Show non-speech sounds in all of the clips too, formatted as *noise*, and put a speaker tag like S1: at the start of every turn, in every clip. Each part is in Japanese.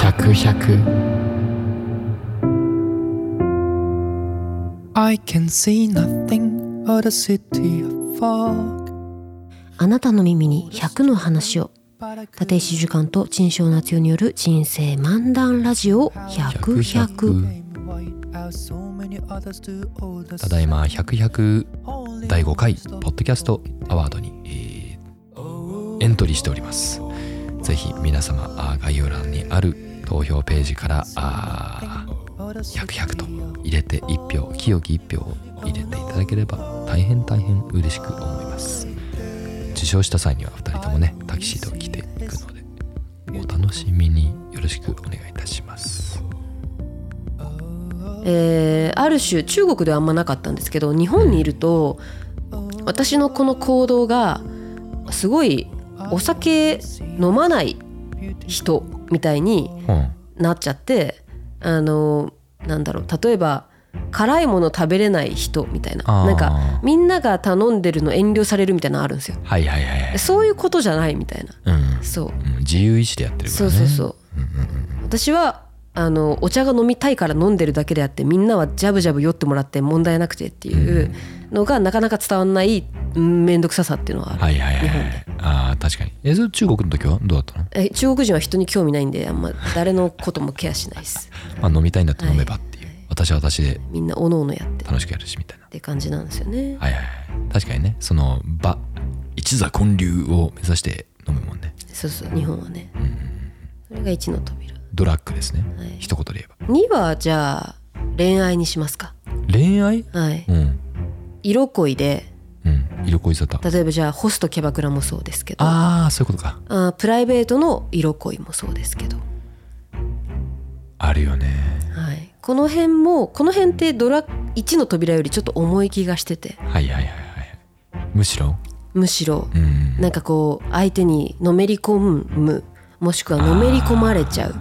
S1: 百百
S2: I can see nothing but a city of fog.
S3: あなたの耳に100の話を
S2: But I
S3: 立石寿貫と陳翔夏代による人生漫談ラジオ100 100
S2: came white out so many others do all the
S1: ただいま百百
S2: same.
S1: 第5回ポッドキャストアワードに、えーエントリーしておりますぜひ皆様あー概要欄にある投票ページからあー100 100と入れて1票清き1票を入れていただければ大変大変嬉しく思います受賞した際には2人ともねタキシードを着ていくのでお楽しみによろしくお願いいたします
S3: えーある種中国ではあんまなかったんですけど日本にいると私のこの行動がすごいお酒飲まない人みたいに
S1: うん
S3: なっちゃってあのなんだろう例えば辛いもの食べれない人みたいな
S1: あー
S3: なんかみんなが頼んでるの遠慮されるみたいなのあるんですよ
S1: はいはいはいはい
S3: そういうことじゃないみたいな
S1: うん、
S3: そう
S1: うん自由意志でやってるか
S3: そ
S1: ら
S3: う
S1: ね
S3: そうそう私はあのお茶が飲みたいから飲んでるだけであってみんなはジャブジャブ酔ってもらって問題なくてっていうのがなかなか伝わんないうん面倒くささっていうのはある、
S1: はいはいはい
S3: 日
S1: は
S3: 本
S1: いああ確かにえそれ中国の時はどうだったの
S3: え中国人は人に興味ないんであんま誰のこともケアしないです
S1: まあ、飲みたいんだって飲めばっていう、私は私で
S3: みんなおのおのやってっ
S1: 楽しくやるしみたいな
S3: て感じなんですよね、
S1: はいはいはい確かにねその場一座建立を目指して飲むもんね
S3: そうそう日本はね、それが1の扉
S1: ドラッグですね、
S3: はい
S1: 一言で言えば
S3: 2はじゃあ恋愛にしますか
S1: 恋愛
S3: はい
S1: うん
S3: 色恋で
S1: うん色恋沙汰
S3: 例えばじゃあホストキャバクラもそうですけど
S1: ああそういうことか
S3: あープライベートの色恋もそうですけど、
S1: あるよね
S3: はい、この辺もこの辺ってドラ1の扉よりちょっと重い気がしてて
S1: はいはいはいはいむしろ
S3: むしろ
S1: うん
S3: なんかこう相手にのめり込むもしくはのめり込まれちゃう、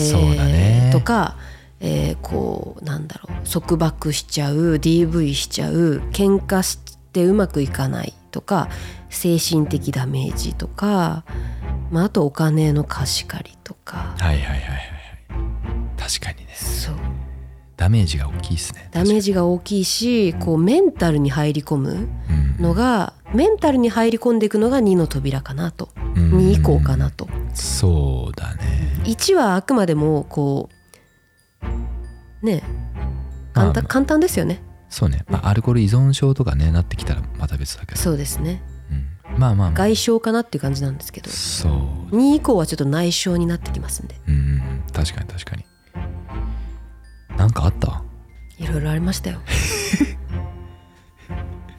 S1: そうだね
S3: とか、えーこうなんだろう束縛しちゃう DV しちゃう喧嘩してうまくいかないとか精神的ダメージとか、まあ、あとお金の貸し借りとか
S1: はいはいはいはいはい確かにね
S3: そう
S1: ダメージが大きいですね
S3: ダメージが大きいしこうメンタルに入り込む
S1: うん
S3: のがメンタルに入り込んでいくのが2の扉かなと
S1: うん
S3: 2以降かなと。
S1: そうだね
S3: 1はあくまでもこうね簡単
S1: まあ
S3: 簡単ですよね
S1: そうね、まあ、アルコール依存症とかねなってきたらまた別だけど
S3: そうですね
S1: うんまあまあまあ
S3: 外傷かなっていう感じなんですけど
S1: そう
S3: 2以降はちょっと内傷になってきますんで
S1: うんうん確かに確かになんかあった
S3: いろいろありまし
S1: *laughs*
S3: たよ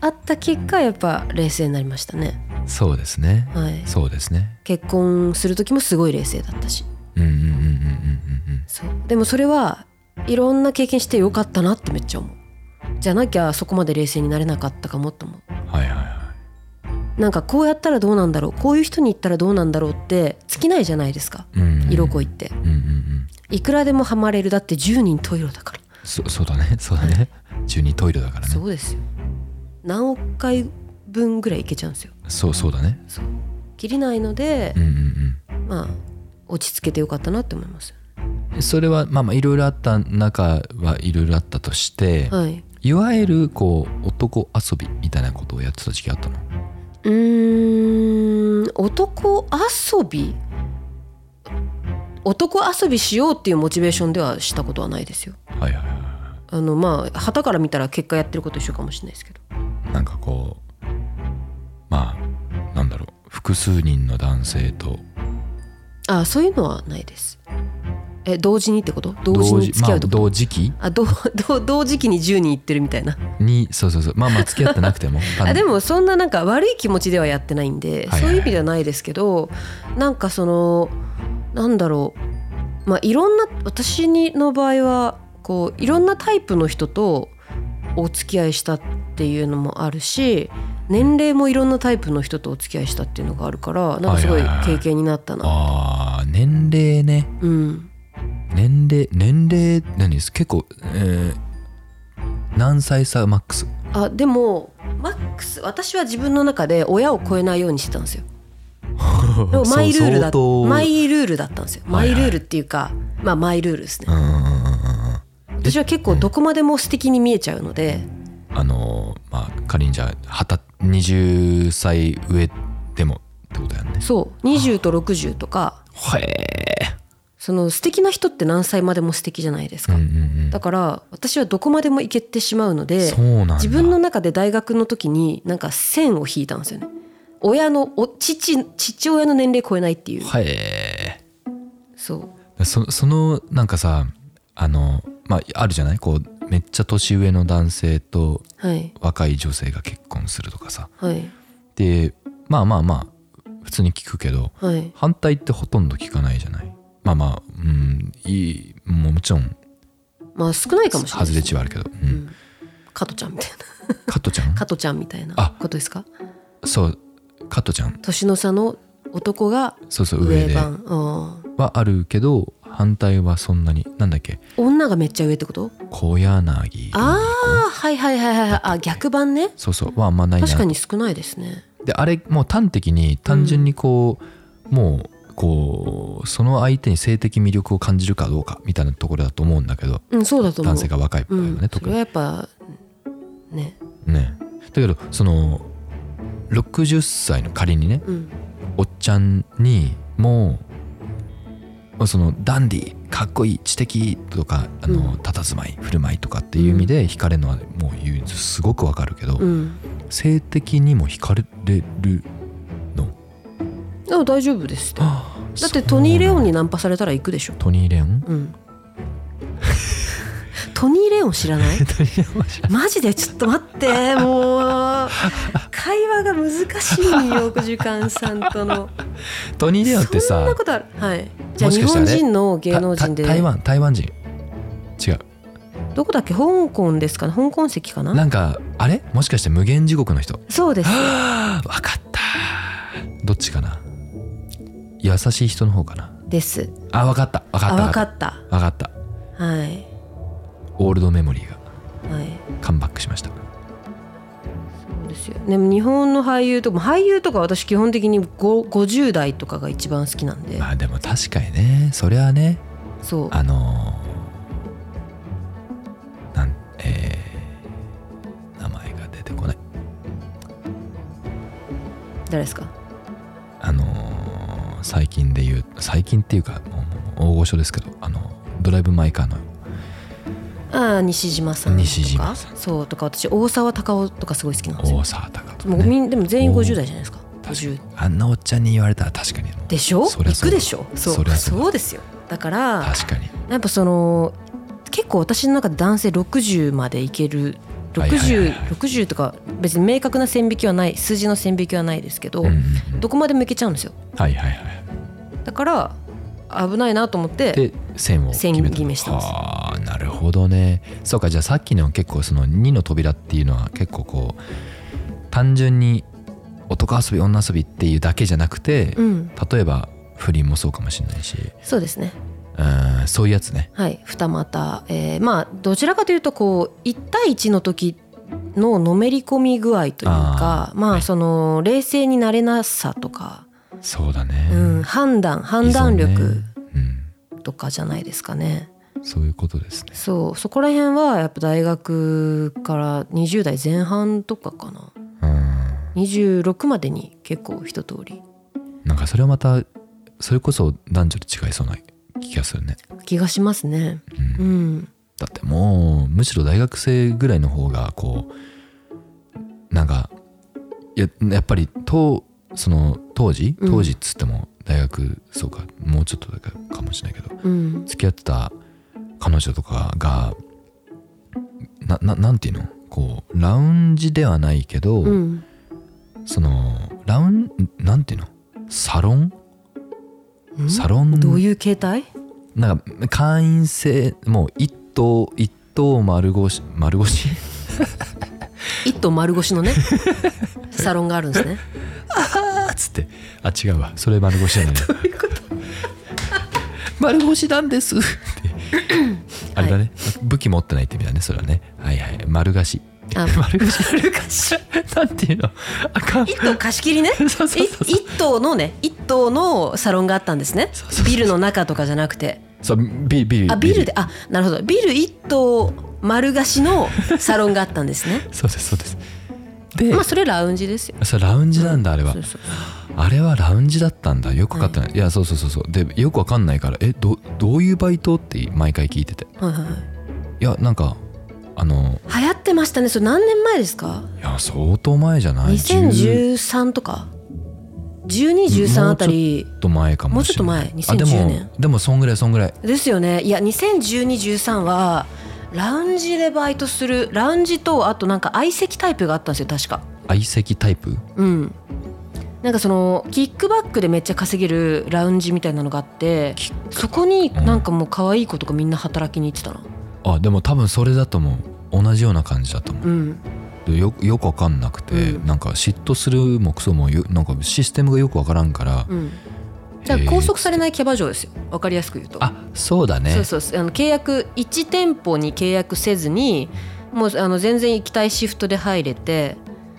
S3: あった結果やっぱ冷静になりましたね
S1: そうですね
S3: はい
S1: そうですね
S3: 結婚する時もすごい冷静だったし
S1: うんうんうんうんうん
S3: そうでもそれはいろんな経験してよかったなってめっちゃ思うじゃなきゃそこまで冷静になれなかったかもと思う
S1: うんうんはいはいは
S3: なんかこうやったらどうなんだろうこういう人に言ったらどうなんだろうって尽きないじゃないですか
S1: い、うんうん、
S3: 色恋って
S1: うんうんうん
S3: いくらでもハマれるだって10人トイレだから、
S1: そそうだね *laughs* そうだね中二トイレだからね
S3: そうですよ何億回分ぐらいいけちゃうんですよ
S1: そうそうだね
S3: そう切りないので
S1: う、んうん
S3: まあ落ち着けてよかったなって思います
S1: うんそれはまあまあいろいろあった中はいろいろあったとして、
S3: はい
S1: いわゆるこう男遊びみたいなことをやってた時期あったの
S3: うーん男遊び男遊びしようっていうモチベーションではしたことはないですよ
S1: はいはいは
S3: あのまあ旗から見たら結果やってること一緒かもしれないですけど
S1: いなんかこうまあなんだろう複数人の男性と
S3: あそういうのはないですえ同時にってこと同時
S1: 同
S3: に
S1: 時
S3: 付き
S1: ま
S3: 合う
S1: あ
S3: とこと、
S1: 同時期
S3: あどど同 *laughs* 時期に10人いってるみたいな
S1: にそうそうそうまあまあ付き合ってなくて
S3: *laughs*
S1: も
S3: あでもそんななんか悪い気持ちではやってないんで、
S1: いはい
S3: そういう意味ではないですけどなんかそのなんだろうまあいろんな私にの場合はこういろんなタイプの人とお付き合いしたっていうのもあるし年齢もいろんなタイプの人とお付き合いしたっていうのがあるからなんかすごい
S1: はいはいはい
S3: 経験になったな、
S1: あー年齢ね
S3: うん
S1: 年齢年齢何です結構、えー何歳差マックス
S3: あでもマックス私は自分の中で親を超えないようにしてたんですよでもマイルー
S1: そ
S3: ルだ
S1: う相当
S3: マイルールだったんですよマ
S1: はいはい
S3: イルールっていうか、まあマイルールですね、
S1: うんうんうんうんうん
S3: 私は結構どこまでも素敵に見えちゃうので、
S1: あのーまあ仮にじゃあはた20歳上でもってことやんね
S3: そう20と60とか
S1: へえ
S3: その素敵な人って何歳までも素敵じゃないです
S1: うん
S3: か、
S1: うんうん
S3: だから私はどこまでも行けてしまうので
S1: そうなんだ
S3: 自分の中で大学の時になんか線を引いたんですよね親のお父父親の年齢超えないっていう、
S1: へえ
S3: そう
S1: そそのなんかさあのまああるじゃないこうめっちゃ年上の男性と
S3: はい
S1: 若い女性が結婚するとかさ
S3: はい
S1: でまあまあまあ普通に聞くけど
S3: はい
S1: 反対ってほとんど聞かないじゃないまあまあうんいいもうもちろん
S3: まあ少ないかもしれない
S1: 外れ値はあるけど、うん
S3: うん加トちゃんみたいな
S1: カットちゃん
S3: 加トちゃんみたいな
S1: あ
S3: ことですか
S1: そうカットちゃん
S3: 年の差の男が
S1: そうそう上
S3: 上
S1: では
S3: 番あー
S1: あるけど反対はそんなになんだっけ
S3: 女がめっちゃ上ってこと
S1: 小柳
S3: ああはいはいはいはいはいあ逆番ね
S1: そうそうはあんまないな
S3: 確かに少ないですね
S1: であれもう端的に単純にこう、もうこうその相手に性的魅力を感じるかどうかみたいなところだと思うんだけど
S3: うんそうだと思う
S1: 男性が若い場合
S3: う
S1: はね、
S3: ん、そ
S1: 特
S3: れは
S1: に
S3: やっぱね
S1: ねだけどその60歳の仮にね
S3: うん
S1: おっちゃんにもまあそのダンディかっこいい知的とかあの、
S3: うん
S1: 佇まい振る舞いとかっていう意味で惹かれるのはもう言うすごくわかるけど、
S3: うん
S1: 性的にも惹かれるの
S3: でも大丈夫ですってだ
S1: だ
S3: ってトニー・レオンにナンパされたら行くでしょ
S1: トニー・レオン *laughs*
S3: うんトニー・レオン知らないマジでちょっと待ってもう会話が難しいんよ時間さんとの
S1: トニー・レオンって
S3: そん
S1: さ
S3: なことあるはいじゃあ
S1: もし
S3: 日
S1: かしたら
S3: 本
S1: ね
S3: 人の芸能人
S1: たた台
S3: で
S1: 湾台湾人違う
S3: どこだっけ香港ですかね香港籍かな
S1: なんかあれもしかして無限地獄の人
S3: そうです
S1: はあわかったどっちかな優しい人の方かな
S3: です
S1: あわかったわか
S3: あ
S1: ったわか
S3: 分か
S1: っ
S3: った
S1: たわかった
S3: はい
S1: オールドメモリーが
S3: はい
S1: カムバックしました
S3: そうですよでも日本の俳優とか俳優とか私基本的にご50代とかが一番好きなんで
S1: まあでも確かにねそれはね
S3: そう
S1: あのーなんえー名前が出てこない
S3: 誰ですか
S1: あのー最近で言う最近っていうかもうもう大御所ですけどあのドライブ・マイ・カーの
S3: ああ西島さんとか
S1: 西島さん
S3: そうとか私大沢たかおとかすごい好きなんですよ
S1: 大沢たかとか、
S3: もうみ
S1: ね、
S3: んでも全員50代じゃないですか
S1: 確か
S3: 50
S1: にあんなおっちゃんに言われたら確かにもう
S3: でしょ
S1: そりゃ
S3: 行
S1: そう
S3: く
S1: だ
S3: でしょそ
S1: そ
S3: うそ
S1: りゃそうだ
S3: うですよだから
S1: 確かに
S3: やっぱその結構私の中で男性60までいける
S1: はいはいはいはい
S3: 6060とか別に明確な線引きはない数字の線引きはないですけど、
S1: うんうんうん
S3: どこまでもいけちゃうんですよ
S1: はいはいはい
S3: だから危ないなと思って
S1: で線を決めた
S3: 線決めしたんです
S1: ああなるほどねそうかじゃあさっきの結構その2の扉っていうのは結構こう単純に男遊び女遊びっていうだけじゃなくて、
S3: うん
S1: 例えば不倫もそうかもしれないし
S3: そうですね
S1: うんそういうやつね
S3: はい二股、えーまあどちらかというとこう1対1の時ののめり込み具合という
S1: あ
S3: か
S1: ー
S3: ま
S1: は
S3: あ
S1: い
S3: その冷静になれなさとか、
S1: そうだね、
S3: うん、判断判断
S1: 依存
S3: 力
S1: ねうん
S3: とかじゃないですかね
S1: そういうことですね
S3: そうそこら辺はやっぱ大学から20代前半とかかな
S1: うん
S3: 26までに結構一通り
S1: なんかそれはまたそれこそ男女で違いそうな気がするね、
S3: 気がしますね
S1: うん
S3: うん
S1: だってもうむしろ大学生ぐらいの方がこうなんかややっぱり当その当時
S3: うん
S1: 当時っつっても大学、そうかもうちょっとだけかもしれないけど
S3: うん
S1: 付き合ってた彼女とかがなななんていうのこうラウンジではないけど、
S3: うん
S1: そのラウンなんていうのサロン
S3: うん
S1: サロン
S3: どういう形態
S1: なんか会員制もう一等一等丸腰丸腰 *laughs*
S3: 一頭丸腰のねサロンがあるんですね
S1: あっつってあ違うわそれ丸腰じゃないどういう
S3: *laughs*
S1: こと丸腰なんですってあれだね、武器持ってないって意味だねそれはねはいはい丸菓子
S3: あ
S1: *laughs* 丸貸し
S3: 丸貸し
S1: なんていうのあかん
S3: 一棟貸し切りね
S1: *laughs* そうそうそう
S3: い
S1: そう
S3: 一棟のね一棟のサロンがあったんですね
S1: そうそうそう
S3: ビルの中とかじゃなくて
S1: そうビビル
S3: あビルであなるほどビル一棟丸貸しのサロンがあったんです
S1: *laughs*
S3: ね
S1: そうですそうですで、
S3: まあそれラウンジですよ
S1: そうラウンジなんだあれは
S3: そうそう
S1: あれはラウンジだったんだよくわかってない、い、やそうそうそうそうでよくわかんないからえどどういうバイトって毎回聞いてて
S3: はいはいはい
S1: やなんかあの
S3: い流行ってましたねそれ何年前ですか
S1: いや相当前じゃない10
S3: 2013とか1213あたり
S1: ちょっと前かもしれない
S3: もうちょっ
S1: あ
S3: と前2010
S1: で
S3: 年
S1: もでもそんぐらいそんぐらい
S3: ですよねいや201213はラウンジでバイトするラウンジとあとなんか相席タイプがあったんですよ確か
S1: 相席タイプ
S3: うんなんかそのキックバックでめっちゃ稼げるラウンジみたいなのがあって
S1: キックバック
S3: そこに
S1: うん
S3: なんかもう可愛い子とかみんな働きに行ってたな
S1: あでも多分それだと思う同じような感じだと思
S3: うん
S1: うでよよくわかんなくて、
S3: うん
S1: なんか嫉妬するもクソもよなんかシステムがよくわからんから、
S3: うんだから拘束されないキャバ嬢ですよわかりやすく言うと
S1: あそうだね
S3: そうそうそうあの契約1店舗に契約せずにもうあの全然行きたいシフトで入れて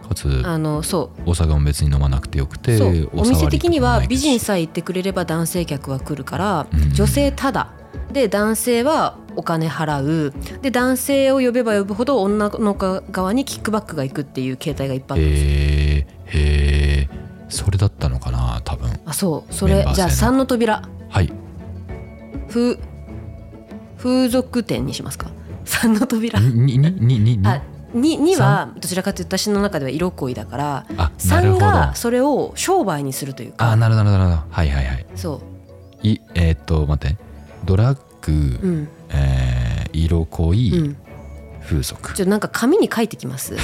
S1: かつ
S3: あのそ
S1: お酒も別に飲まなくてよく
S3: う
S1: て
S3: そう
S1: 触
S3: お
S1: り
S3: 店的に
S1: と
S3: は
S1: かもないし
S3: 美人さえ行ってくれれば男性客は来るから
S1: うん
S3: 女性ただで男性はお金払うで男性を呼べば呼ぶほど女の子側にキックバックが行くっていう形態がいっぱいあるんですよ。
S1: へえへえそれだったのかな多分
S3: あそうそ
S1: メン
S3: れ
S1: バー制
S3: じゃあ
S1: の
S3: 3の扉
S1: はい
S3: 風風俗店にしますか3の扉
S1: ににににに
S3: あに2はどちらかというと私の中では色恋だから
S1: あなる
S3: 3
S1: ほど
S3: がそれを商売にするという
S1: あ
S3: か
S1: なるほどなるほどなるほどはいはいはい
S3: そ
S1: いえーっと待ってドラッグ、
S3: ううん
S1: えー色
S3: う
S1: 恋、
S3: ん
S1: 風俗
S3: ちょなんか紙に書いてきます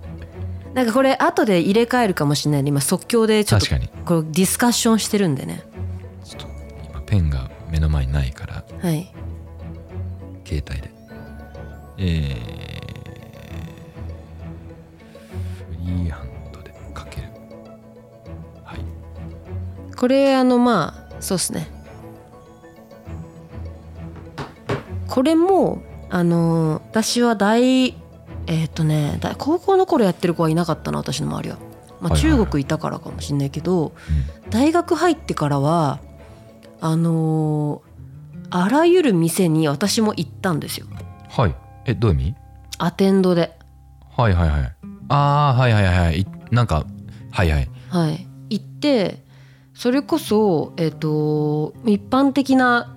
S1: *laughs*
S3: なんかこれ後で入れ替えるかもしれないんで今即興でちょっと
S1: 確かに
S3: これディスカッションしてるんでね
S1: ちょっと今ペンが目の前にないから
S3: はい
S1: 携帯でえー、フリーハンドで書けるはい
S3: これあのまあそうっすねこれもあの私は大えーっ、とね大高校の頃やってる子はいなかったな私の周りは、まあ、
S1: はいはいはい
S3: 中国いたからかもしれないけど、大学入ってからはあのーあらゆる店に私も行ったんですよ
S1: はいえどういう意味
S3: アテンドで
S1: はいはいはいああはいはいはいはいいなんかはいはい
S3: はい行ってそれこそえっ、と一般的な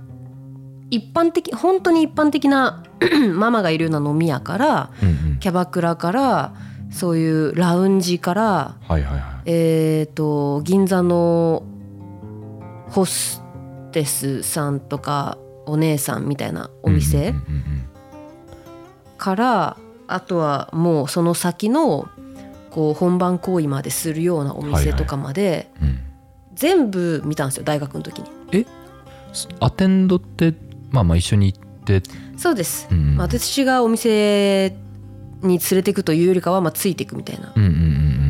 S3: 一般的本当に一般的な *clears throat* ママがいるような飲み屋から
S1: うんうん
S3: キャバクラからそういうラウンジから
S1: はいはいは
S3: えっ、と銀座のホステスさんとかお姉さんみたいないお店
S1: うんうんうん
S3: からあとはもうその先のこう本番行為までするようなお店とかまで、
S1: うんうん
S3: 全部見たんですよ大学の時に
S1: すアテンドってまあまあ一緒に行って、
S3: そうです、
S1: うんうん、
S3: まあ、私がお店に連れていくというよりかは、まあ、ついていくみたいな
S1: うんうんうん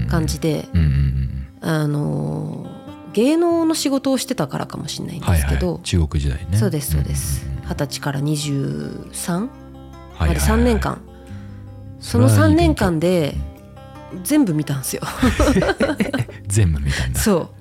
S1: うん
S3: 感じで、
S1: うんうんうん
S3: あのー芸能の仕事をしてたからかもしれないん
S1: うん
S3: で
S1: はい
S3: すけ
S1: は
S3: ど、
S1: い中国時代ね
S3: そうですそうです
S1: んんん
S3: 二十歳から23
S1: は
S3: ま
S1: いはい
S3: で
S1: はい
S3: 3年間、その
S1: れは
S3: 3
S1: いい
S3: 年間で全部見たん
S1: *laughs*
S3: ですよ
S1: 勉強全部見たんだ
S3: そ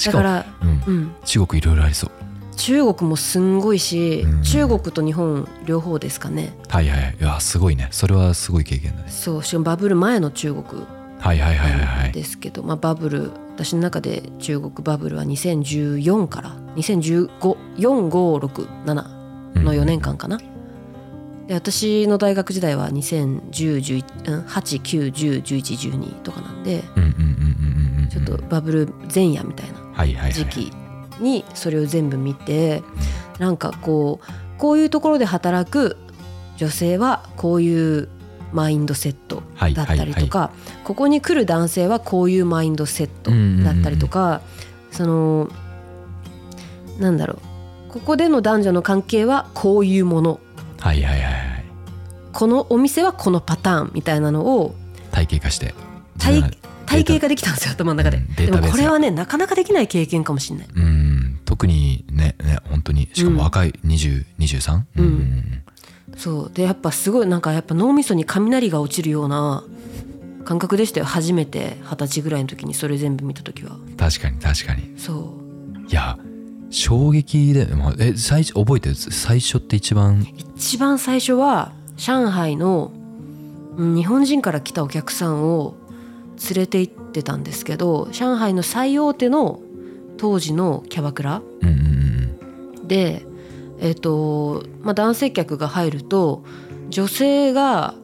S1: し
S3: う
S1: か
S3: だ
S1: も
S3: から、
S1: うん、
S3: うん、
S1: 中国いろいろありそう
S3: 中国もすんごいし、
S1: うん
S3: 中国と日本両方ですかね
S1: はいはいはいいやすごいねそれはすごい経験だね
S3: そうしかもバブル前の中国
S1: はいはいはいはいはい
S3: ですけど、まあ、バブル私の中で中国バブルは2014から201545677
S1: うん
S3: の4年間かな。で私の大学時代は20101189101112とかなんで
S1: うんうんうんうんうんうん
S3: ちょっとバブル前夜みたいな
S1: はいはいはい
S3: 時期にそれを全部見てなんかこうこういうところで働く女性はこういうマインドセット
S1: はい
S3: だったりとか、ここに来る男性はこういうマインドセットだったりとか、そのなんだろうここでの男女の関係はこういうもの
S1: はいはいはいはい
S3: このお店はこのパターンみたいなのを
S1: 体系化して
S3: 体
S1: 自分ら
S3: 体系化できたんですよ頭の中で、
S1: うんデ
S3: で
S1: ータ
S3: も
S1: ベースが
S3: これはねなかなかできない経験かもしれない
S1: うん特にねね本当にしかも若い2023、うん
S3: うん
S1: うんうん、
S3: そうでやっぱすごいなんかやっぱ脳みそに雷が落ちるような感覚でしたよ初めて二十歳ぐらいの時にそれ全部見た時は
S1: 確かに確かに
S3: そう
S1: いや衝撃で、まあ、え最初覚えてる最初って一番
S3: 一番最初は上海のうん日本人から来たお客さんを連れて行ってたんですけど上海の最大手の当時のキャバクラ
S1: うんうんうん
S3: で、えっとまあ、男性客が入ると女性が、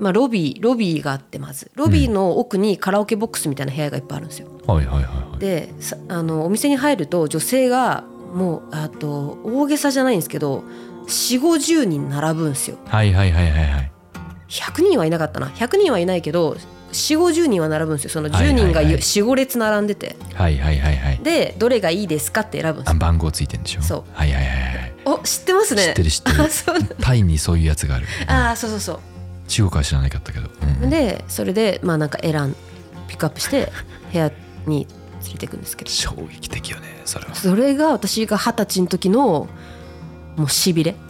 S3: まあ、ロビーロビーがあってまずロビーの奥にカラオケボックスみたいな部屋がいっぱいあるんですよ。
S1: うんはいはいはいはい
S3: でさあのお店に入ると女性がもうあと大げさじゃないんですけど4 5 0人並ぶんですよ。
S1: はいはいはいはいはい
S3: 100人はいなかったな100人はいないけど4 5 0人は並ぶんですよその
S1: はいは
S3: 10
S1: いはい
S3: 人が45列並んでて
S1: はいはいはいはい
S3: でどれがいいですかって選ぶんです
S1: あ
S3: よ。
S1: 番号ついてんでしょ
S3: そう
S1: はいはいはいはい
S3: お知ってますね
S1: 知ってる知ってる
S3: あ *laughs* そうなん
S1: タイにそういうやつがある、
S3: あーそうそうそう
S1: うん中国は知らなかったけど、うんうん
S3: でそれでまあなんか選んピックアップして部屋に連れていくんですけど
S1: 衝撃的よねそれは
S3: それが私が二十歳の時のもうしびれ、うん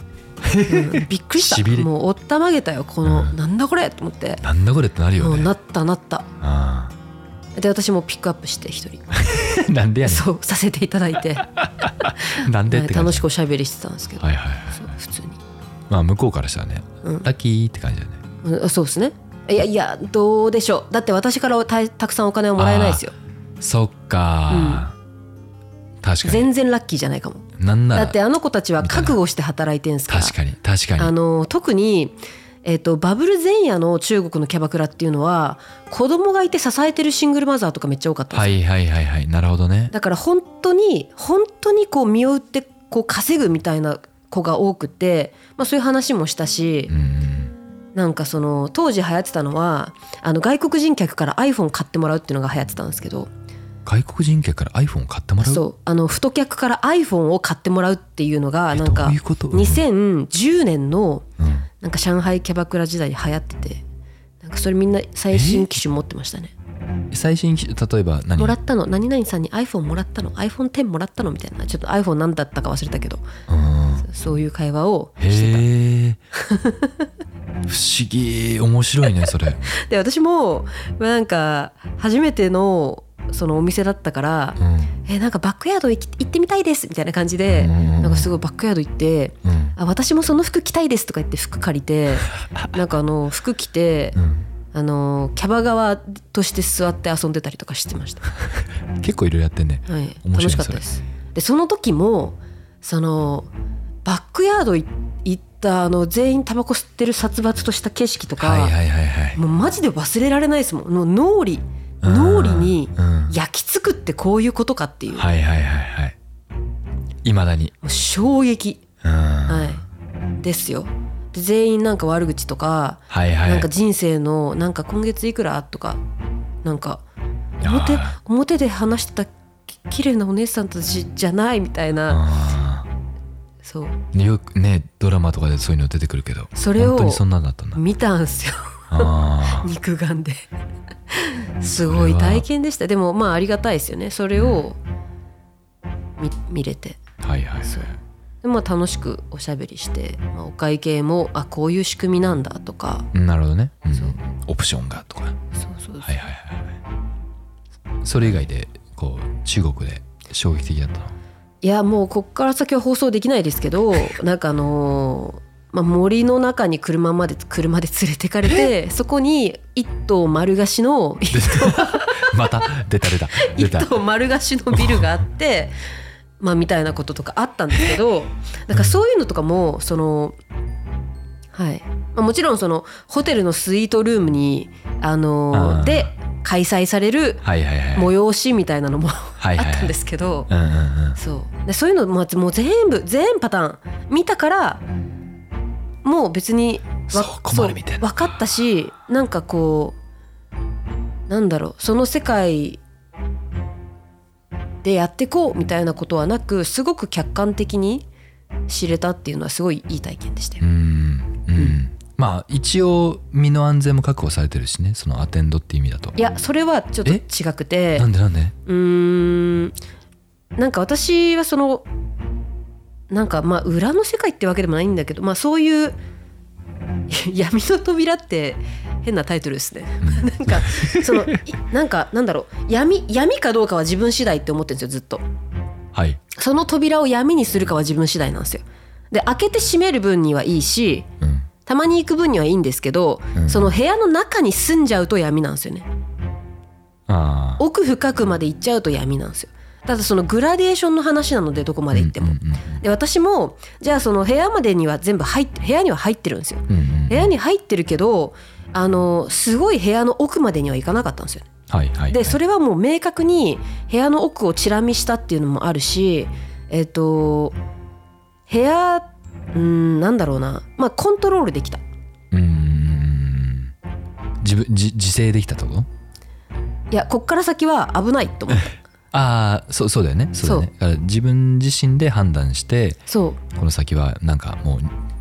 S3: びっくりした
S1: 痺れ
S3: もうおったまげたよこの、
S1: うん
S3: なんだこれと思って
S1: なんだこれってなるよ
S3: もう
S1: ね
S3: なったなった
S1: あ
S3: で私もピックアップして一人
S1: あ *laughs* なんでやね
S3: そうさせていただいて
S1: んなんでって感
S3: 楽し
S1: じ
S3: くおしゃべりしてたんですけど、
S1: はいはいはい
S3: そう普通に、
S1: まあ向こうからしたらね
S3: うん
S1: ラッキーって感じだよね
S3: うんあそうですねいやいやどうでしょうだって私からたたくさんお金はもらえないですよ
S1: そっかー、確かに
S3: 全然ラッキーじゃないかも
S1: なんな
S3: だ
S1: ら
S3: ってあの子たちは覚悟して働いてんすから
S1: 確かに確か
S3: あ
S1: に
S3: の特に、えっとバブル前夜の中国のキャバクラっていうのは子供がいて支えてるシングルマザーとかめっちゃ多かったんで
S1: は
S3: すよ、
S1: いはいはいはいなるほどね
S3: だから本当に本当にこう身を売ってこう稼ぐみたいな子が多くて、まあ、そういう話もしたし、
S1: うん
S3: なんかその当時流行ってたのはあの外国人客から iPhone 買ってもらうっていうのが流行ってたんですけど
S1: 外国人客から iPhone を買ってもらう
S3: そうあの太客から iPhone を買ってもらうっていうのが
S1: え
S3: なん
S1: ど
S3: か
S1: ういうこと
S3: 2010年の
S1: うんうん
S3: なんか上海キャバクラ時代に流行っててなんかそれみんな最新機種持ってましたね
S1: 最新機種例えば何
S3: もらったの何々さんに iPhone もらったの iPhone10 もらったのみたいなちょっと iPhone 何だったか忘れたけど
S1: うん
S3: そういう会話をして
S1: へえ不思議面白いねそれ
S3: た *laughs* で私もまあなんか初めてのそのお店だったから
S1: う、ん
S3: えなんかバックヤード行き行ってみたいですみたいな感じで、
S1: うん
S3: なんかすごいバックヤード行って
S1: うん
S3: あ私もその服着たいですとか言って服借りて
S1: *laughs*
S3: なんかあの服着て、
S1: う
S3: あのキャバ側として座って遊んでたりとかしてました
S1: ん結構いろいろやってんね
S3: はい、
S1: 面白いね
S3: 楽しかったです。でその時もそのバックヤードい行ったあの全員タバコ吸ってる殺伐とした景色とか、
S1: はいはいはいはい
S3: もうマジで忘れられないですもんもう脳裏
S1: うん
S3: 脳裏に
S1: うん
S3: 焼き付くってこういうことかっていう、
S1: はいはいはいはいいまだに
S3: もう衝撃、
S1: うん
S3: はいですよ。で全員なんか悪口とか、
S1: はいはい
S3: なんか人生のなんか今月いくらとかなんか
S1: いやー
S3: 表表で話してたき綺麗なお姉さんたちじゃないみたいな、そう
S1: うんよくねドラマとかでそういうの出てくるけど
S3: それを
S1: 本当にそんなんだったん
S3: *laughs*
S1: だ
S3: 見たんすよ
S1: あ
S3: 肉眼で *laughs* すごい体験でしたでもまあありがたいですよねそれを見見れて
S1: ーはいはいはい
S3: そうでまあ楽しくおしゃべりして、まあ、お会計もあこういう仕組みなんだとか
S1: うんなるほどね、うん
S3: そう
S1: オプションがとか
S3: そうそうそう、
S1: はいはいはいはいそれ以外でこう中国で衝撃的だ
S3: *laughs*
S1: ったの *laughs*
S3: いやもうこっから先は放送できないですけどなんかあのーまあ、森の中に車まで車で連れてかれてそこに一棟丸貸しの
S1: 出たまた出た出た *laughs* 出
S3: 一
S1: た
S3: 棟丸貸しのビルが
S1: *laughs*
S3: あってまあみたいなこととかあったんですけどなんかそういうのとかもそのはい、まあ、もちろんそのホテルのスイートルームにあの
S1: あー
S3: で開催される
S1: はいはいはい
S3: 催しみたいなのも *laughs* あ
S1: はいはい
S3: ったん
S1: はい
S3: ですけど
S1: うんうんうん
S3: そうでそういうのももう全部全パターン見たからもう別にわ
S1: そこまで見てん
S3: そう
S1: の
S3: 分かったしなんかこうなんだろうその世界でやってこうみたいなことはなくすごく客観的に知れたっていうのはすごいいい体験でしたよ
S1: う。んうんまあ一応身の安全も確保されてるしねそのアテンドっていう意味だと
S3: いやそれはちょっと
S1: え
S3: 違くて
S1: なんでなんで
S3: うーんなんか私はそのなんかまあ裏の世界ってわけでもないんだけど、まあ、そういう *laughs* 闇の扉って変なタイトルですね。なんかそのいなんかなんだろう闇闇かどうかは自分次第って思ってるんですよずっと。
S1: はい
S3: その扉を闇にするかは自分次第なんですよ。で開けて閉める分にはいいし
S1: うん
S3: たまに行く分にはいいんですけど、
S1: うん
S3: その部屋の中に住んじゃうと闇なんですよね。
S1: ああ
S3: 奥深くまで行っちゃうと闇なんですよ。ただそのグラデーションの話なのでどこまで行っても。
S1: うん
S3: で私もじゃあその部屋までには全部入って部屋には入ってるんですよ。
S1: うんうんうんうん
S3: 部屋に入ってるけどあのすごい部屋の奥までには行かなかったんですよね。
S1: はいはいはい
S3: でそれはもう明確に部屋の奥をチラ見したっていうのもあるしえっ、と部屋うんなんだろうなまあコントロールできた。
S1: うーん自分自自制できたってこと
S3: いやこっから先は危ない
S1: *laughs*
S3: と思った
S1: ああそうそうだよねそうだよねだから自分自身で判断して
S3: そう
S1: この先はなんかもう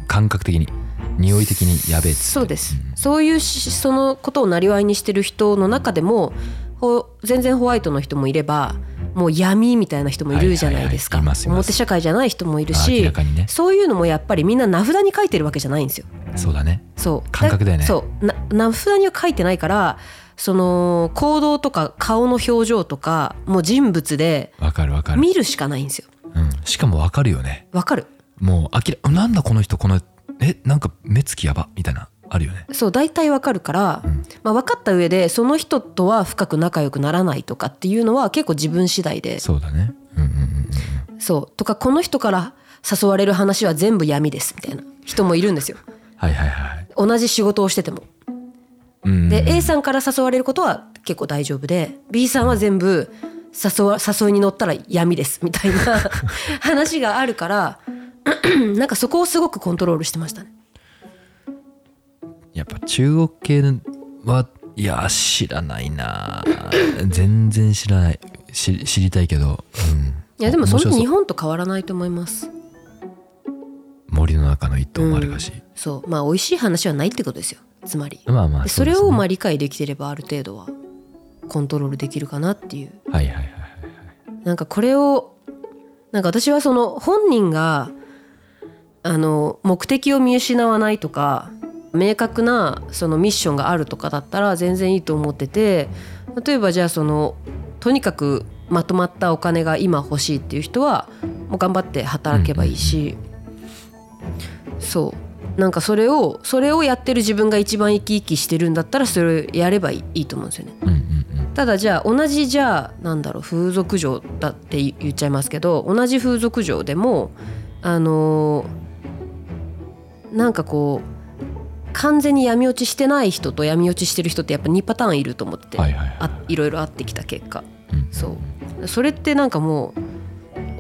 S1: 感覚的に匂い的にやべえっつって
S3: そうです、
S1: ん
S3: そういうしそのことをなりわいにしてる人の中でもほ全然ホワイトの人もいればもう闇みたいな人もいるじゃないですか、
S1: はいはいはいいますいます
S3: 表社会じゃない人もいる
S1: あ明
S3: し
S1: らかにね
S3: そういうのもやっぱりみんな名札に書いてるわけじゃないんですよ
S1: そうだね
S3: そう
S1: 感覚だよね
S3: そうな名札には書いてないからその行動とか顔の表情とかもう人物で
S1: わかるわかる、
S3: 見るしかないんですよ
S1: うん、しかもわかるよね
S3: わかる
S1: もう明らなんだこの人このえなんか目つきやばみたいなあるよね
S3: そう大体わかるから、
S1: ん
S3: まあ、分かった上でその人とは深く仲良くならないとかっていうのは結構自分次第でそ
S1: そうだねうんうん
S3: うとかこの人から誘われる話は全部闇ですみたいな人もいるんですよ
S1: うんはいはいはい
S3: 同じ仕事をしてても。
S1: うん
S3: で A さんから誘われることは結構大丈夫で B さんは全部誘わ誘いに乗ったら闇ですみたいな *laughs* 話があるからなんかそこをすごくコントロールしてましたね。
S1: やっぱ中国系はいや知らないな *laughs* 全然知らないし知りたいけど、うん、
S3: いやでもそれ
S1: 面白う
S3: 日本と変わらないと思います。
S1: 森の中の一頭丸菓子、
S3: そうまあ美味しい話はないってことですよつまり
S1: まあまあ
S3: でそれをま
S1: あ
S3: あ理解できてればある程度はコントロールできるかなっていう
S1: はいはいはい
S3: なんかこれをなんか私はその本人があの目的を見失わないとか明確なそのミッションがあるとかだったら全然いいと思ってて例えばじゃあそのとにかくまとまったお金が今欲しいっていう人はもう頑張って働けばいいし、そうなんかそれをそれをやってる自分が一番生き生きしてるんだったらそれをやればいいいいと思うんですよね。
S1: うんうん
S3: ただじゃあ同じじゃあなんだろう風俗嬢だって言っちゃいますけど同じ風俗嬢でもあのーなんかこう完全に闇落ちしてない人と闇落ちしてる人ってやっぱ2パターンいると思って、
S1: うんはいはいはい
S3: あいろいろあってきた結果
S1: うん
S3: そうそれってなんかも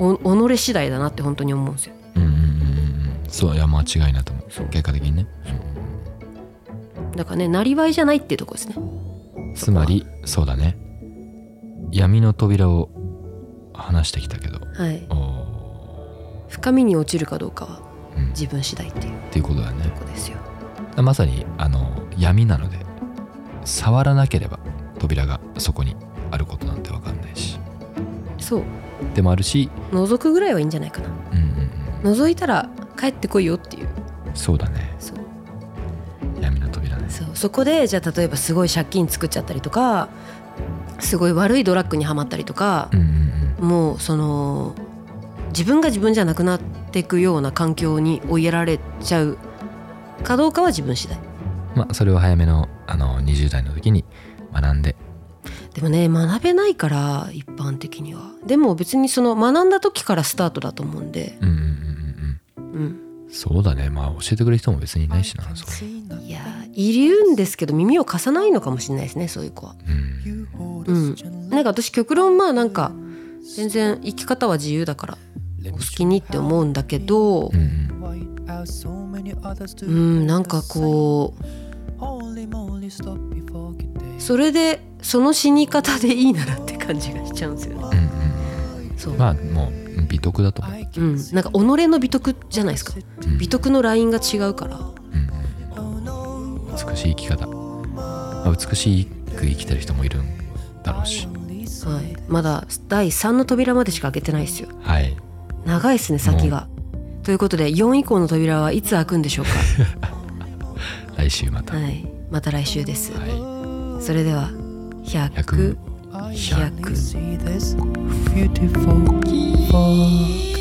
S3: うお己次第だなって本当に思うんですよ。
S1: うんうんうんうんうんそういや間違いないと思う
S3: そう
S1: 結果的にね
S3: だからねなりわいじゃないっていうとこですね。
S1: つまりそうだね闇の扉を話してきたけど
S3: はい、
S1: お
S3: 深みに落ちるかどうかは
S1: ーうんっ
S3: 自分次第っていう
S1: ていうことだね
S3: とこですよ。
S1: まさにあの闇なので触らなければ扉がそこにあることなんて分かんないし
S3: そう
S1: でもあるし、
S3: 覗くぐらいはいいんじゃないかな。
S1: うんうん
S3: 覗いたら帰ってこいよっていう
S1: うん、そうだね
S3: そう
S1: 闇の扉ね
S3: そうそこでじゃあ例えばすごい借金作っちゃったりとかすごい悪いドラッグにはまったりとか
S1: う、んうん
S3: もうその自分が自分じゃなくなっていくような環境に追いやられちゃうかどうかは自分次第
S1: うんまあそれを早めのあの20代の時に学んで
S3: でもね学べないから一般的にはでも別にその学んだ時からスタートだと思うんで、
S1: うんうんうんうん
S3: うん、
S1: うんそうだねまあ教えてくれる人も別にいないしなそう、
S3: いやーいるんですけど耳を貸さないのかもしれないですねそういう子は。
S1: うん、
S3: うん、なんか私極論まあなんか全然生き方は自由だからお好きにって思うんだけど
S1: うんうん
S2: う
S3: うん
S2: ん
S3: な
S2: なんん
S3: か
S2: かこ
S3: こう
S2: う
S3: それでその死に方でいいならって感じがしちゃうんですよね。
S1: うんうん
S3: そう、
S1: まあもう美徳だと思う、
S3: うん、なんか己の美徳じゃないですか
S1: うん
S3: 美徳のラインが違うから
S1: 美しい生き方、まあ、美しく生きてる人もいるんだろうし
S3: はいまだ第3の扉までしか開けてないですよ
S1: はい
S3: 長いですね先が。ということで4以降の扉はいつ開くんでしょうか
S1: 来週また、
S3: はい、また来週です、
S1: は
S3: それでは
S1: 100
S3: 100
S2: I
S3: Yeah,
S2: only
S3: good.
S2: see this beautiful fall.